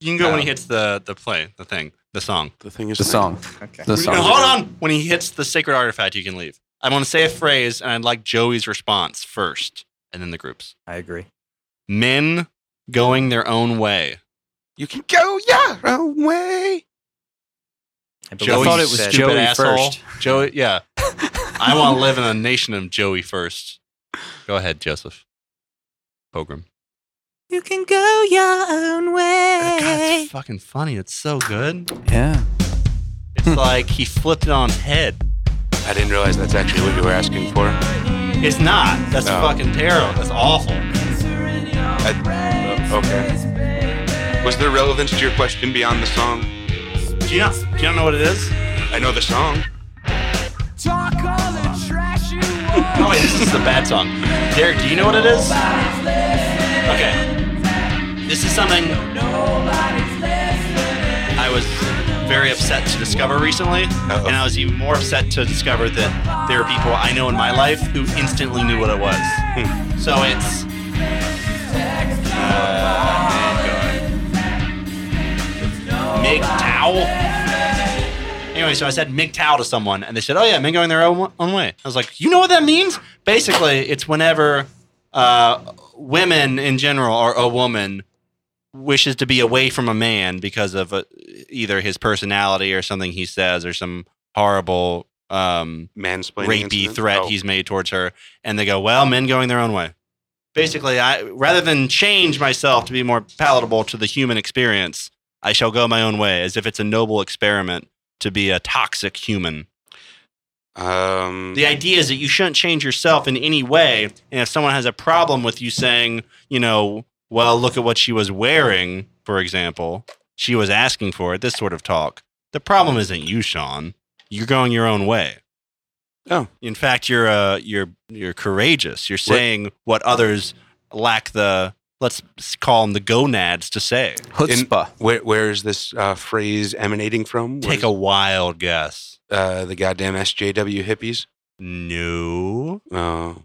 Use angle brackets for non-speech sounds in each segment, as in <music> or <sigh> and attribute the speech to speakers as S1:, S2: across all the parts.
S1: You can go when he hits the the play, the thing, the song.
S2: The thing is
S3: The song.
S4: Okay.
S3: The
S1: No,
S3: song.
S1: hold on. When he hits the sacred artifact, you can leave. I'm going to say a phrase, and I'd like Joey's response first, and then the groups.
S4: I agree.
S1: Men going their own way.
S2: You can go your own way.
S4: I, believe
S1: Joey
S4: you
S3: thought it was
S4: said-
S3: Joe-
S1: stupid
S3: Joey
S1: asshole.
S3: first.
S1: Joey,
S3: <laughs>
S1: yeah. I want to live in a nation of Joey first. Go ahead, Joseph. Pogrom.
S4: You can go your own
S1: God,
S4: way.
S1: it's fucking funny. It's so good.
S3: Yeah.
S1: It's like he flipped it on its head.
S2: I didn't realize that's actually what you were asking for.
S1: It's not. That's
S2: No.
S1: fucking terrible. That's awful.
S2: I- oh, okay. Was there relevance to your question beyond the song?
S1: Do you, not, do you not know what it is?
S2: I know the song.
S5: Talk all the trash you want.
S1: Oh, wait, this is a bad song. Derek, do you know what it is?
S5: Nobody's listening.
S1: Okay. This is something
S5: Nobody's listening.
S1: I was very upset to discover recently, and I was even more upset to discover that there are people I know in my life who instantly knew what it was. So it's. oh Uh, MGTOW? Anyway, so I said MGTOW to someone, and they said, oh yeah, men going their own, own way. I was like, you know what that means? Basically, it's whenever uh, women in general, or a woman, wishes to be away from a man because of uh either his personality or something he says or some horrible um,
S2: Mansplaining.
S1: rapey
S2: incident?
S1: threat
S2: Oh.
S1: he's made towards her, and they go, "Well, men going their own way." Basically, I rather than change myself to be more palatable to the human experience, I shall go my own way, as if it's a noble experiment to be a toxic human.
S2: Um,
S1: The idea is that you shouldn't change yourself in any way. And if someone has a problem with you saying, you know, well, look at what she was wearing, for example, she was asking for it, this sort of talk. The problem isn't you, Sean. You're going your own way.
S2: Oh.
S1: In fact, you're uh, you're you're courageous. You're saying what others lack the let's call them the gonads to say.
S3: Chutzpah.
S2: Where, where is this uh, phrase emanating from?
S1: Take a wild guess.
S2: uh, the goddamn SJW hippies.
S1: No.
S2: Oh,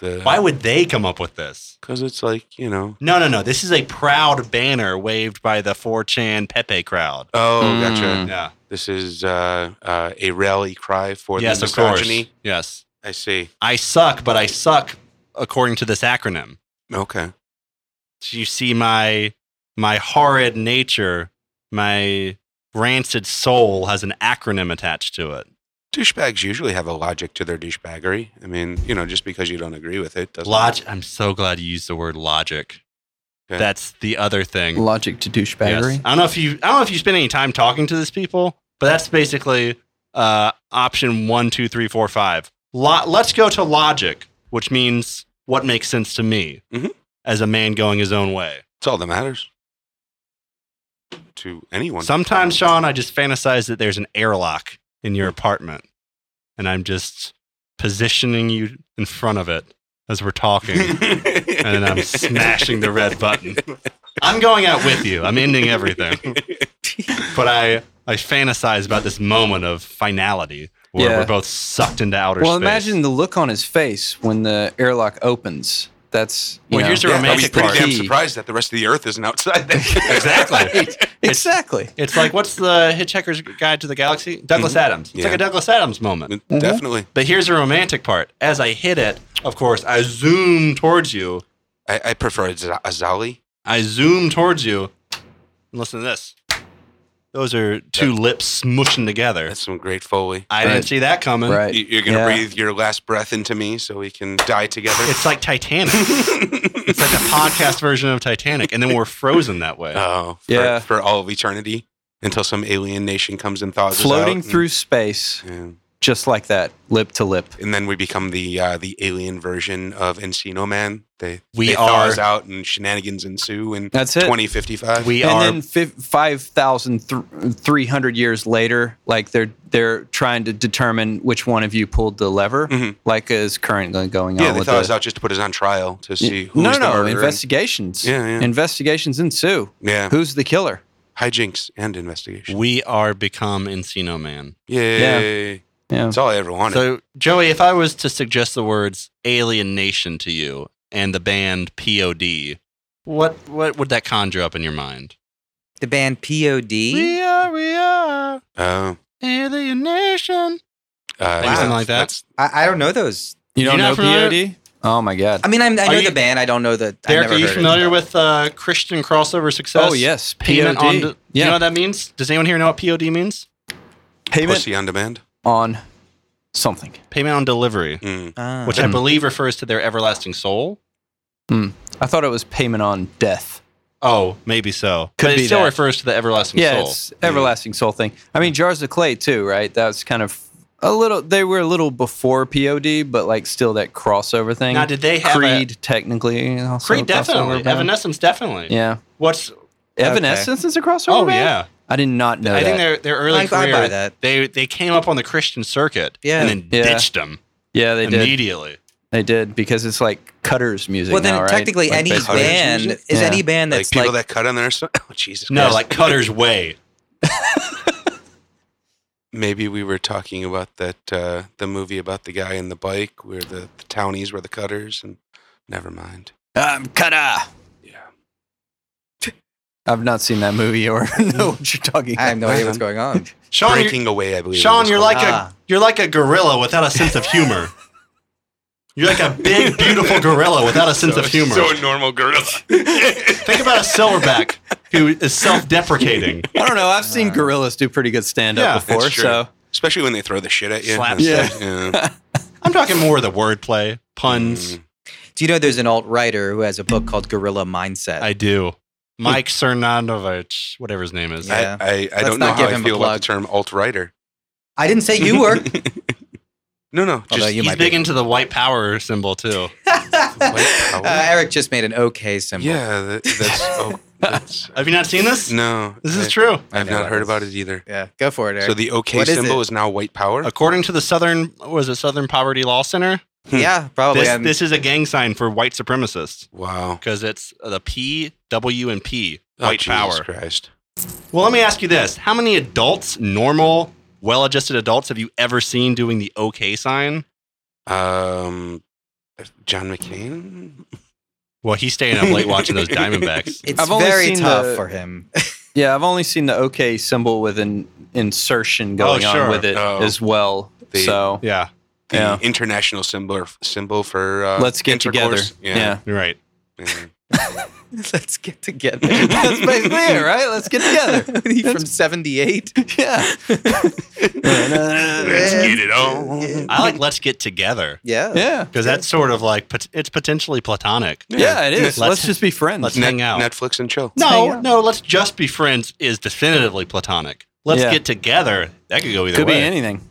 S2: the
S1: Why would they come up with this?
S2: Because it's like you know.
S1: No, no, no. This is a proud banner waved by the 4chan Pepe crowd.
S2: Oh,
S3: Mm.
S2: gotcha.
S1: Yeah.
S2: This is uh, uh, a rally cry for
S1: yes,
S2: the
S1: of course.
S2: misogyny.
S1: Yes.
S2: I see.
S1: I suck, but I suck according to this acronym.
S2: Okay.
S1: So you see my my horrid nature, my rancid soul has an acronym attached to it.
S2: Douchebags usually have a logic to their douchebaggery. I mean, you know, just because you don't agree with it doesn't.
S1: Log- I'm so glad you used the word logic.
S2: Okay.
S1: That's the other thing.
S3: Logic to douchebaggery.
S1: Yes. I don't know if you I don't know if you spend any time talking to these people, but that's basically uh, option one, two, three, four, five. Lo- let's go to logic, which means what makes sense to me
S2: Mhm.
S1: as a man going his own way.
S2: It's all that matters to anyone.
S1: Sometimes,
S2: <laughs>
S1: Sean, I just fantasize that there's an airlock in your apartment, and I'm just positioning you in front of it as we're talking, and I'm smashing the red button. I'm going out with you. I'm ending
S2: <laughs>
S1: everything. but I I fantasize about this moment of finality where
S3: Yeah.
S1: we're both sucked into outer
S3: Well,
S1: space.
S3: imagine the look on his face when the airlock opens. That's you
S1: Well,
S3: know,
S1: here's the
S2: Yeah, I was
S1: romantic
S2: pretty
S1: part.
S2: damn
S3: key.
S2: surprised that the rest of the Earth isn't outside.
S1: <laughs>
S2: Then.
S3: <laughs>
S2: <laughs>
S1: exactly.
S3: exactly.
S1: It's like what's the Hitchhiker's Guide to the Galaxy? Douglas Adams. It's like
S2: Yeah.
S1: a Douglas Adams moment.
S3: Mm-hmm.
S2: Definitely.
S1: But here's the romantic part. As I hit it, of course, I zoom towards you.
S2: I, I prefer a, Z- a Zali.
S1: I zoom towards you. And listen to this. Those are two lips smooshing together.
S2: That's some great foley.
S1: I
S3: Right.
S1: didn't see that coming.
S3: Right.
S2: You- You're gonna
S3: Yeah.
S2: breathe your last breath into me, so we can die together.
S1: It's like
S3: <laughs>
S1: Titanic. it's like the podcast version of Titanic. And then we're frozen that way.
S2: <laughs>
S3: Uh,
S2: Oh, for,
S3: Yeah.
S2: for all of eternity until some alien nation comes and thaws
S3: Floating
S2: us out.
S3: through space,
S2: And,
S3: just like that, lip to lip.
S2: yeah. and then we become the uh, the alien version of Encino Man. They
S1: We
S2: they thaw us
S1: are-
S2: out and shenanigans ensue in
S3: That's it.
S2: 2055.
S1: We
S3: and
S1: are
S3: then fif- 5,300 years later, like they're they're trying to determine which one of you pulled the lever,
S2: Mhm.
S3: like is currently going
S2: yeah,
S3: on
S2: they
S3: with
S2: thaw us
S3: the,
S2: out just to put us on trial to see who's
S3: no,
S2: the
S3: no,
S2: murderer.
S3: investigations.
S2: Yeah, yeah.
S3: Investigations ensue.
S2: yeah,
S3: Who's the killer?
S2: hijinks and investigation.
S1: we are become Encino Man.
S2: Yay!
S3: Yeah.
S2: That's all I ever wanted.
S1: So, Joey, if I was to suggest the words Alien Nation to you and the band POD, what what would that conjure up in your mind?
S6: <laughs> the band POD.
S3: E?
S1: We are, we are
S2: Oh,
S1: alienation.
S2: uh,
S1: Something like that.
S2: that's-
S6: I, I don't know those.
S3: You don't
S1: You're
S3: know
S1: not familiar-
S3: POD? Oh my god.
S6: I mean, I'm, I
S1: Are
S6: know
S1: you-
S6: the band. I don't know the. I've
S1: Derek,
S6: never
S1: are you
S6: heard it.
S1: familiar with uh, Christian crossover success?
S3: Oh yes,
S1: Payment on.
S3: POD.
S1: de- You
S3: yeah,
S1: know what that means? Does anyone here know what POD means?
S3: payment
S2: Pussy on demand.
S3: on something.
S1: Payment on delivery,
S2: Mm.
S3: Hmm.
S6: Ah.
S1: which I believe refers to their everlasting soul.
S3: I thought it was payment on death.
S1: Oh, maybe so.
S3: Could
S1: but it
S3: be
S1: still
S3: that.
S1: refers to the everlasting
S3: Yeah,
S1: soul.
S3: it's everlasting soul thing. I mean, jars of clay too, right? That was kind of a little. They were a little before POD, but like still that crossover thing.
S1: Now, did they have a-
S3: Creed? technically, also
S1: Creed
S3: a crossover
S1: definitely.
S3: band.
S1: Evanescence definitely.
S3: Yeah,
S1: What's?
S3: Evanescence is a crossover.
S1: Oh
S3: band?
S1: yeah.
S3: I did not know.
S1: I
S3: that.
S1: think their their early
S6: I- I buy
S1: career.
S6: that.
S1: They they came up on the Christian circuit.
S6: Yeah.
S1: And then
S3: Yeah.
S1: ditched them
S3: yeah, they did.
S1: immediately.
S3: They did because it's like Cutters music.
S6: Well, then
S3: now, right?
S6: technically,
S3: Like
S6: any
S3: basically.
S2: Cutters
S6: band
S2: music?
S6: is
S3: Yeah.
S6: any band
S2: Like
S6: that's
S2: people
S6: like,
S2: that cut on their stuff. <laughs> Oh, Jesus.
S1: No,
S2: Christ.
S1: like Cutter's Way.
S2: maybe we were talking about that uh, the movie about the guy and the bike, where the, the townies were the cutters, and never mind.
S3: I'm Cutter.
S2: Yeah.
S3: I've not seen that movie or <laughs> know what you're talking
S6: I
S3: about.
S6: have no idea what's going on.
S1: Sean, you're,
S2: Breaking away, I believe.
S1: Sean,
S2: it was
S1: you're
S2: called.
S1: like
S6: Ah.
S1: a you're like a gorilla without a sense of humor. You're like a big, beautiful gorilla without a sense of humor.
S2: so
S1: <laughs>
S2: normal gorilla.
S1: Think about a silverback who is self-deprecating.
S3: I don't know. I've seen gorillas do pretty good stand up
S1: Yeah, that's
S3: before,
S2: true.
S3: so
S2: Especially when they throw the shit at you.
S1: Slap
S2: It's
S3: you.
S2: like, yeah. Mm.
S1: I'm talking more of the wordplay, puns.
S3: Mm.
S6: Do you know there's an alt writer who has a book called Gorilla Mindset?
S1: I do. Mike Cernanovich, whatever his name is.
S6: Yeah.
S2: I, I, I
S6: Let's
S2: don't know
S6: not
S2: how
S6: give
S2: I
S6: him a
S2: feel about the
S6: plug.
S2: term alt writer.
S6: I didn't say you were.
S2: No, no,
S6: Although
S2: just
S6: you
S1: He's
S6: might be.
S1: big into the white power symbol too.
S2: white
S6: Uh,
S2: power.
S6: Eric just made an okay symbol.
S2: yeah, that, that's
S6: <laughs>
S2: oh, that's
S1: Have you not seen this?
S2: no.
S1: This
S2: I-
S1: is true.
S2: I've
S6: I know
S2: not
S6: it
S2: heard
S6: is.
S2: about it either.
S6: Yeah, go for it, Eric.
S2: So the OK
S6: What is
S2: symbol
S6: it?
S2: is, now white power.
S1: According to the Southern was it Southern Poverty Law Center,
S6: yeah, probably. Um,
S1: this,
S6: I'm-
S1: this is a gang sign for white supremacists
S2: Wow.
S1: because it's the P, W, and P,
S2: Oh,
S1: white
S2: Jesus
S1: power.
S2: Christ.
S1: Well, let me ask you this: How many adults, normal, well-adjusted adults, have you ever seen doing the OK sign?
S2: Um, John McCain.
S1: Well, he's staying up late watching those
S6: <laughs>
S1: Diamondbacks.
S6: it's
S3: I've only
S6: very
S3: seen
S6: tough
S3: the-
S6: for him. <laughs>
S3: yeah, I've only seen the OK symbol with an insertion going
S1: sure.
S3: on with it
S2: Oh.
S3: as well.
S2: The-
S3: so
S1: Yeah,
S2: the
S3: Yeah.
S2: international symbol symbol for uh,
S3: let's get together.
S2: intercourse.
S3: Yeah.
S1: you're right.
S2: yeah.
S6: Let's get together. <laughs>
S3: that's <laughs> basically it, right? Let's get together.
S6: He from
S3: <laughs>
S6: 78.
S3: Yeah.
S2: Let's get it on.
S1: I like let's get together
S6: Yeah.
S3: yeah.
S1: because that's sort of like pot- it's potentially platonic.
S3: Yeah, it is. Let's,
S1: Let's-
S3: just be friends.
S1: let's-
S2: Net-
S1: Hang out.
S2: Netflix and chill.
S1: No,
S3: out.
S1: no, let's just be friends is definitively platonic. Let's
S3: Yeah.
S1: get together. That could go either
S3: Could
S1: way.
S3: be anything.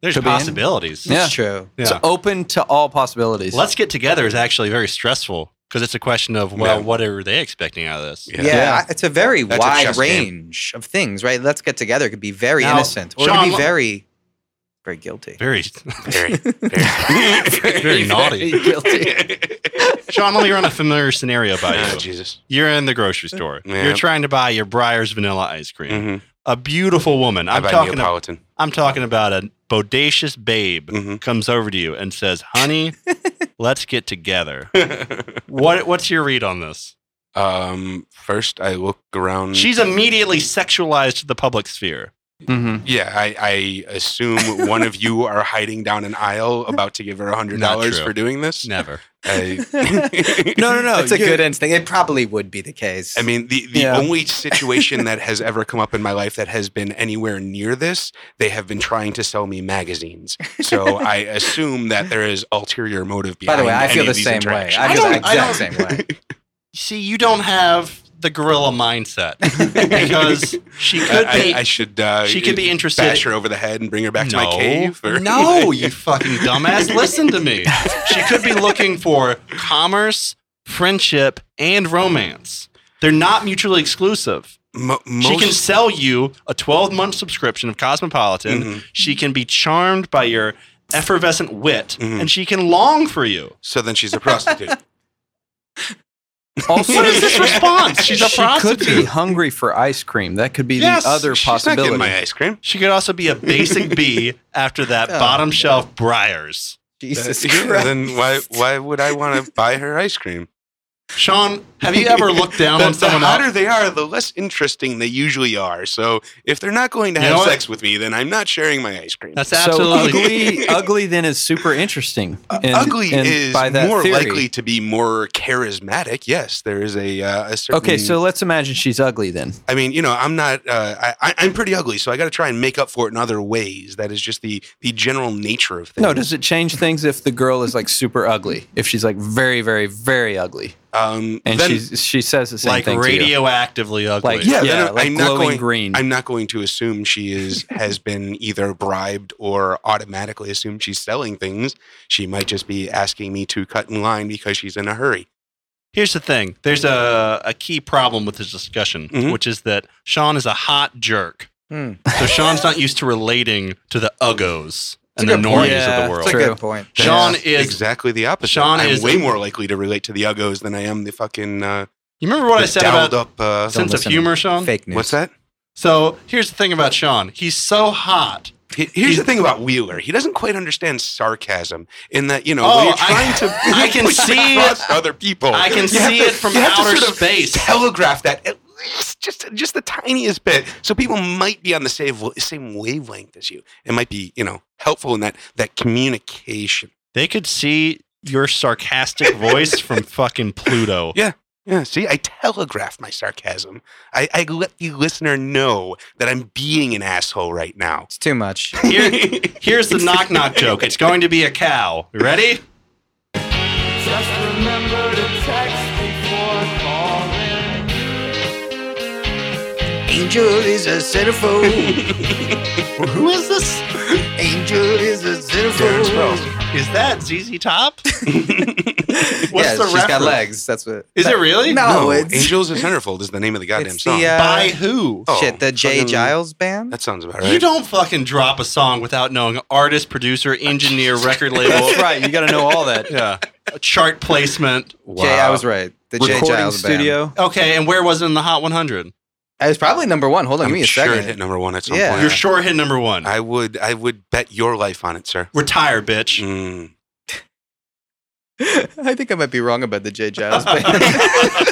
S1: There's
S3: could be any-
S1: possibilities.
S3: Yeah.
S6: That's true.
S1: Yeah.
S3: It's open to all possibilities.
S1: Let's get together is actually very stressful because it's a question of well,
S2: Yeah.
S1: what are they expecting out of this?
S6: Yeah,
S2: Yeah.
S6: I- it's a very
S2: That's a
S6: wide
S2: chess
S6: range of things, right? Let's get together. It could be very
S1: Now,
S6: innocent or it
S1: Sean,
S6: could be
S1: let-
S6: very,
S1: <laughs>
S6: very guilty.
S2: <laughs>
S1: Very,
S2: Very, very.
S1: very
S3: <laughs>
S1: naughty.
S3: <laughs> guilty.
S1: Sean, let me run a familiar scenario by
S2: oh,
S1: you.
S2: Jesus.
S1: You're in the grocery store.
S2: Yeah.
S1: You're trying to buy your Briar's vanilla ice cream.
S2: hmm
S1: A beautiful woman.
S2: I
S1: I'm
S2: buy
S1: talking. About,
S2: Neapolitan.
S1: I'm talking about a bodacious babe
S2: Mhm.
S1: comes over to you and says,
S3: <laughs>
S1: "Honey, let's get together." What What's your read on this?
S2: Mm-hmm. um, first, I look around.
S1: She's immediately sexualized to the public sphere.
S3: hmm
S2: yeah, I, I assume one of you are hiding down an aisle about to give her a
S1: Not
S2: $100
S1: true.
S2: for doing this.
S1: Never.
S2: I, <laughs>
S3: No, no, no.
S6: That's a
S3: you-
S6: good instinct. It probably would be the case.
S2: I mean, the, the
S3: Yeah.
S2: only situation that has ever come up in my life that has been anywhere near this, they have been trying to sell me magazines. So I assume that there is ulterior motive
S6: by
S2: behind.
S6: the way, I
S2: any
S6: feel
S2: of
S6: the
S2: these
S6: same way.
S2: interactions.
S6: I feel
S1: don't-
S6: the
S1: I
S6: exact same way.
S1: <laughs> See, you don't have the gorilla
S2: <laughs>
S1: mindset because she could
S2: I-
S1: be.
S2: I, I should. Uh,
S1: she could be interested-
S2: Bash her over the head and bring her back to my cave. Or,
S1: no, you fucking dumbass. Listen to me. She could be looking for commerce, friendship, and romance. They're not mutually exclusive.
S2: <laughs> Mo-
S1: She can
S2: most,
S1: sell you a 12 month subscription of Cosmopolitan.
S2: Mhm.
S1: She can be charmed by your effervescent wit,
S2: Mhm.
S1: and she can long for you.
S2: so then she's a
S3: <laughs>
S2: prostitute.
S3: Also,
S1: What is this response? She's a
S3: she could be
S1: prostitute.
S3: hungry for ice cream. That could be
S1: Yes,
S3: the other
S2: she's not
S3: possibility.
S2: getting my ice cream.
S1: She could also be a basic B after that
S6: Oh,
S1: bottom
S6: no.
S1: shelf Briars.
S6: Jesus
S2: Uh, <laughs> yeah,
S6: Christ.
S2: Then why why would I want to buy her ice cream?
S1: Sean, Have you ever looked down
S2: the,
S1: on <laughs>
S2: the
S1: someone
S2: hotter
S1: else?
S2: they are, the less interesting they usually are. So if they're not going to
S1: You
S2: have
S1: know what?
S2: sex with me, then I'm not sharing my ice cream.
S1: That's
S3: So
S1: absolutely
S3: ugly, ugly then is super interesting. And-
S2: Uh, Ugly
S3: and
S2: is
S3: by that
S2: more
S3: theory-
S2: likely to be more charismatic. Yes, there is a, uh, a certain.
S3: Okay, so let's imagine she's ugly then.
S2: I mean, you know, I'm not. Uh, I, I- I'm pretty ugly, so I got to try and make up for it in other ways. That is just the the general nature of things.
S3: No, does it change things if the girl is like super ugly? If she's like very, very, very ugly,
S2: um,
S3: and
S2: then-
S3: she's she says the same
S1: like
S3: thing to you.
S1: radioactively ugly.
S3: Like- yeah,
S2: yeah, then I'm-
S3: like
S2: I'm not
S3: glowing
S2: going
S3: green.
S2: I'm not going to assume
S3: <laughs>
S2: she is has been either bribed or automatically assume she's selling things. She might just be asking me to cut in line because she's in a hurry.
S1: Here's the thing. There's a, a key problem with this discussion,
S2: Mhm.
S1: which is that Sean is a hot jerk.
S6: Hmm.
S1: So Sean's not used to relating to the uggos and the
S6: That's a good point.
S1: normies of
S3: Yeah,
S1: the world.
S6: That's a
S3: True.
S6: good point.
S1: Sean
S6: Yeah.
S1: is.
S2: exactly the opposite.
S1: Sean
S2: I'm
S1: is-
S2: way more likely to relate to the uggos than I am the fucking uh,
S1: You remember what I
S2: the
S1: said
S2: dowled
S1: about
S2: up. Uh,
S6: Don't
S1: sense of
S6: listen to
S1: humor, Sean?
S6: fake news.
S2: what's that?
S1: So here's the thing about Sean. He's so hot.
S2: He- Here's the thing about Wheeler. He doesn't quite understand sarcasm in that, you know,
S1: Oh,
S2: when you're
S1: I-
S2: trying to
S1: <laughs> I can
S2: when you
S1: see
S2: cross
S1: it.
S2: other people.
S1: I can
S2: you
S1: see
S2: have to-
S1: it from
S2: you have to
S1: outer
S2: sort of
S1: space.
S2: Telegraph that at least just just the tiniest bit. So people might be on the same wa- same wavelength as you. It might be, you know, helpful in that that communication.
S1: They could see your sarcastic voice <laughs> from fucking Pluto.
S2: Yeah, see, I telegraph my sarcasm. I, I let the listener know that I'm being an asshole right now.
S6: It's too much.
S1: Here, here's the knock <laughs> knock joke. It's going to be a cow. You ready?
S5: Just remember to text before calling.
S6: Angel is a centerfold.
S1: Who is this?
S6: Angel is a
S2: Darren Sproles.
S1: Is that ZZ Top? What's
S6: yeah,
S1: the
S6: she's
S1: reference?
S6: got legs. That's what.
S1: Is it really?
S6: No.
S2: No,
S6: it's-
S1: <laughs>
S2: Angels of Centerfold is the name of the goddamn
S6: It's the,
S2: song.
S6: uh,
S1: By who?
S2: Oh,
S6: Shit, the Jay
S2: fucking-
S6: Giles band.
S2: That sounds about
S1: You
S2: right.
S1: don't fucking drop a song without knowing artist, producer, engineer, record label. <laughs>
S3: That's right. You got to know all that.
S1: Yeah. Chart placement.
S6: Jay, I was right. The Jay
S3: Recording
S6: Giles band.
S3: studio.
S1: Okay, and where was it in the Hot 100?
S6: It was probably number one. Hold on,
S2: I'm
S6: give me a
S2: sure it hit
S6: second.
S2: number one at some
S6: Yeah.
S2: point.
S1: Your short hit number one.
S2: I would, I would bet your life on it, sir.
S1: Retire, <laughs> bitch.
S2: Mm.
S6: <laughs>
S1: <laughs>
S6: I think I might be wrong about the Jay Giles band. <laughs>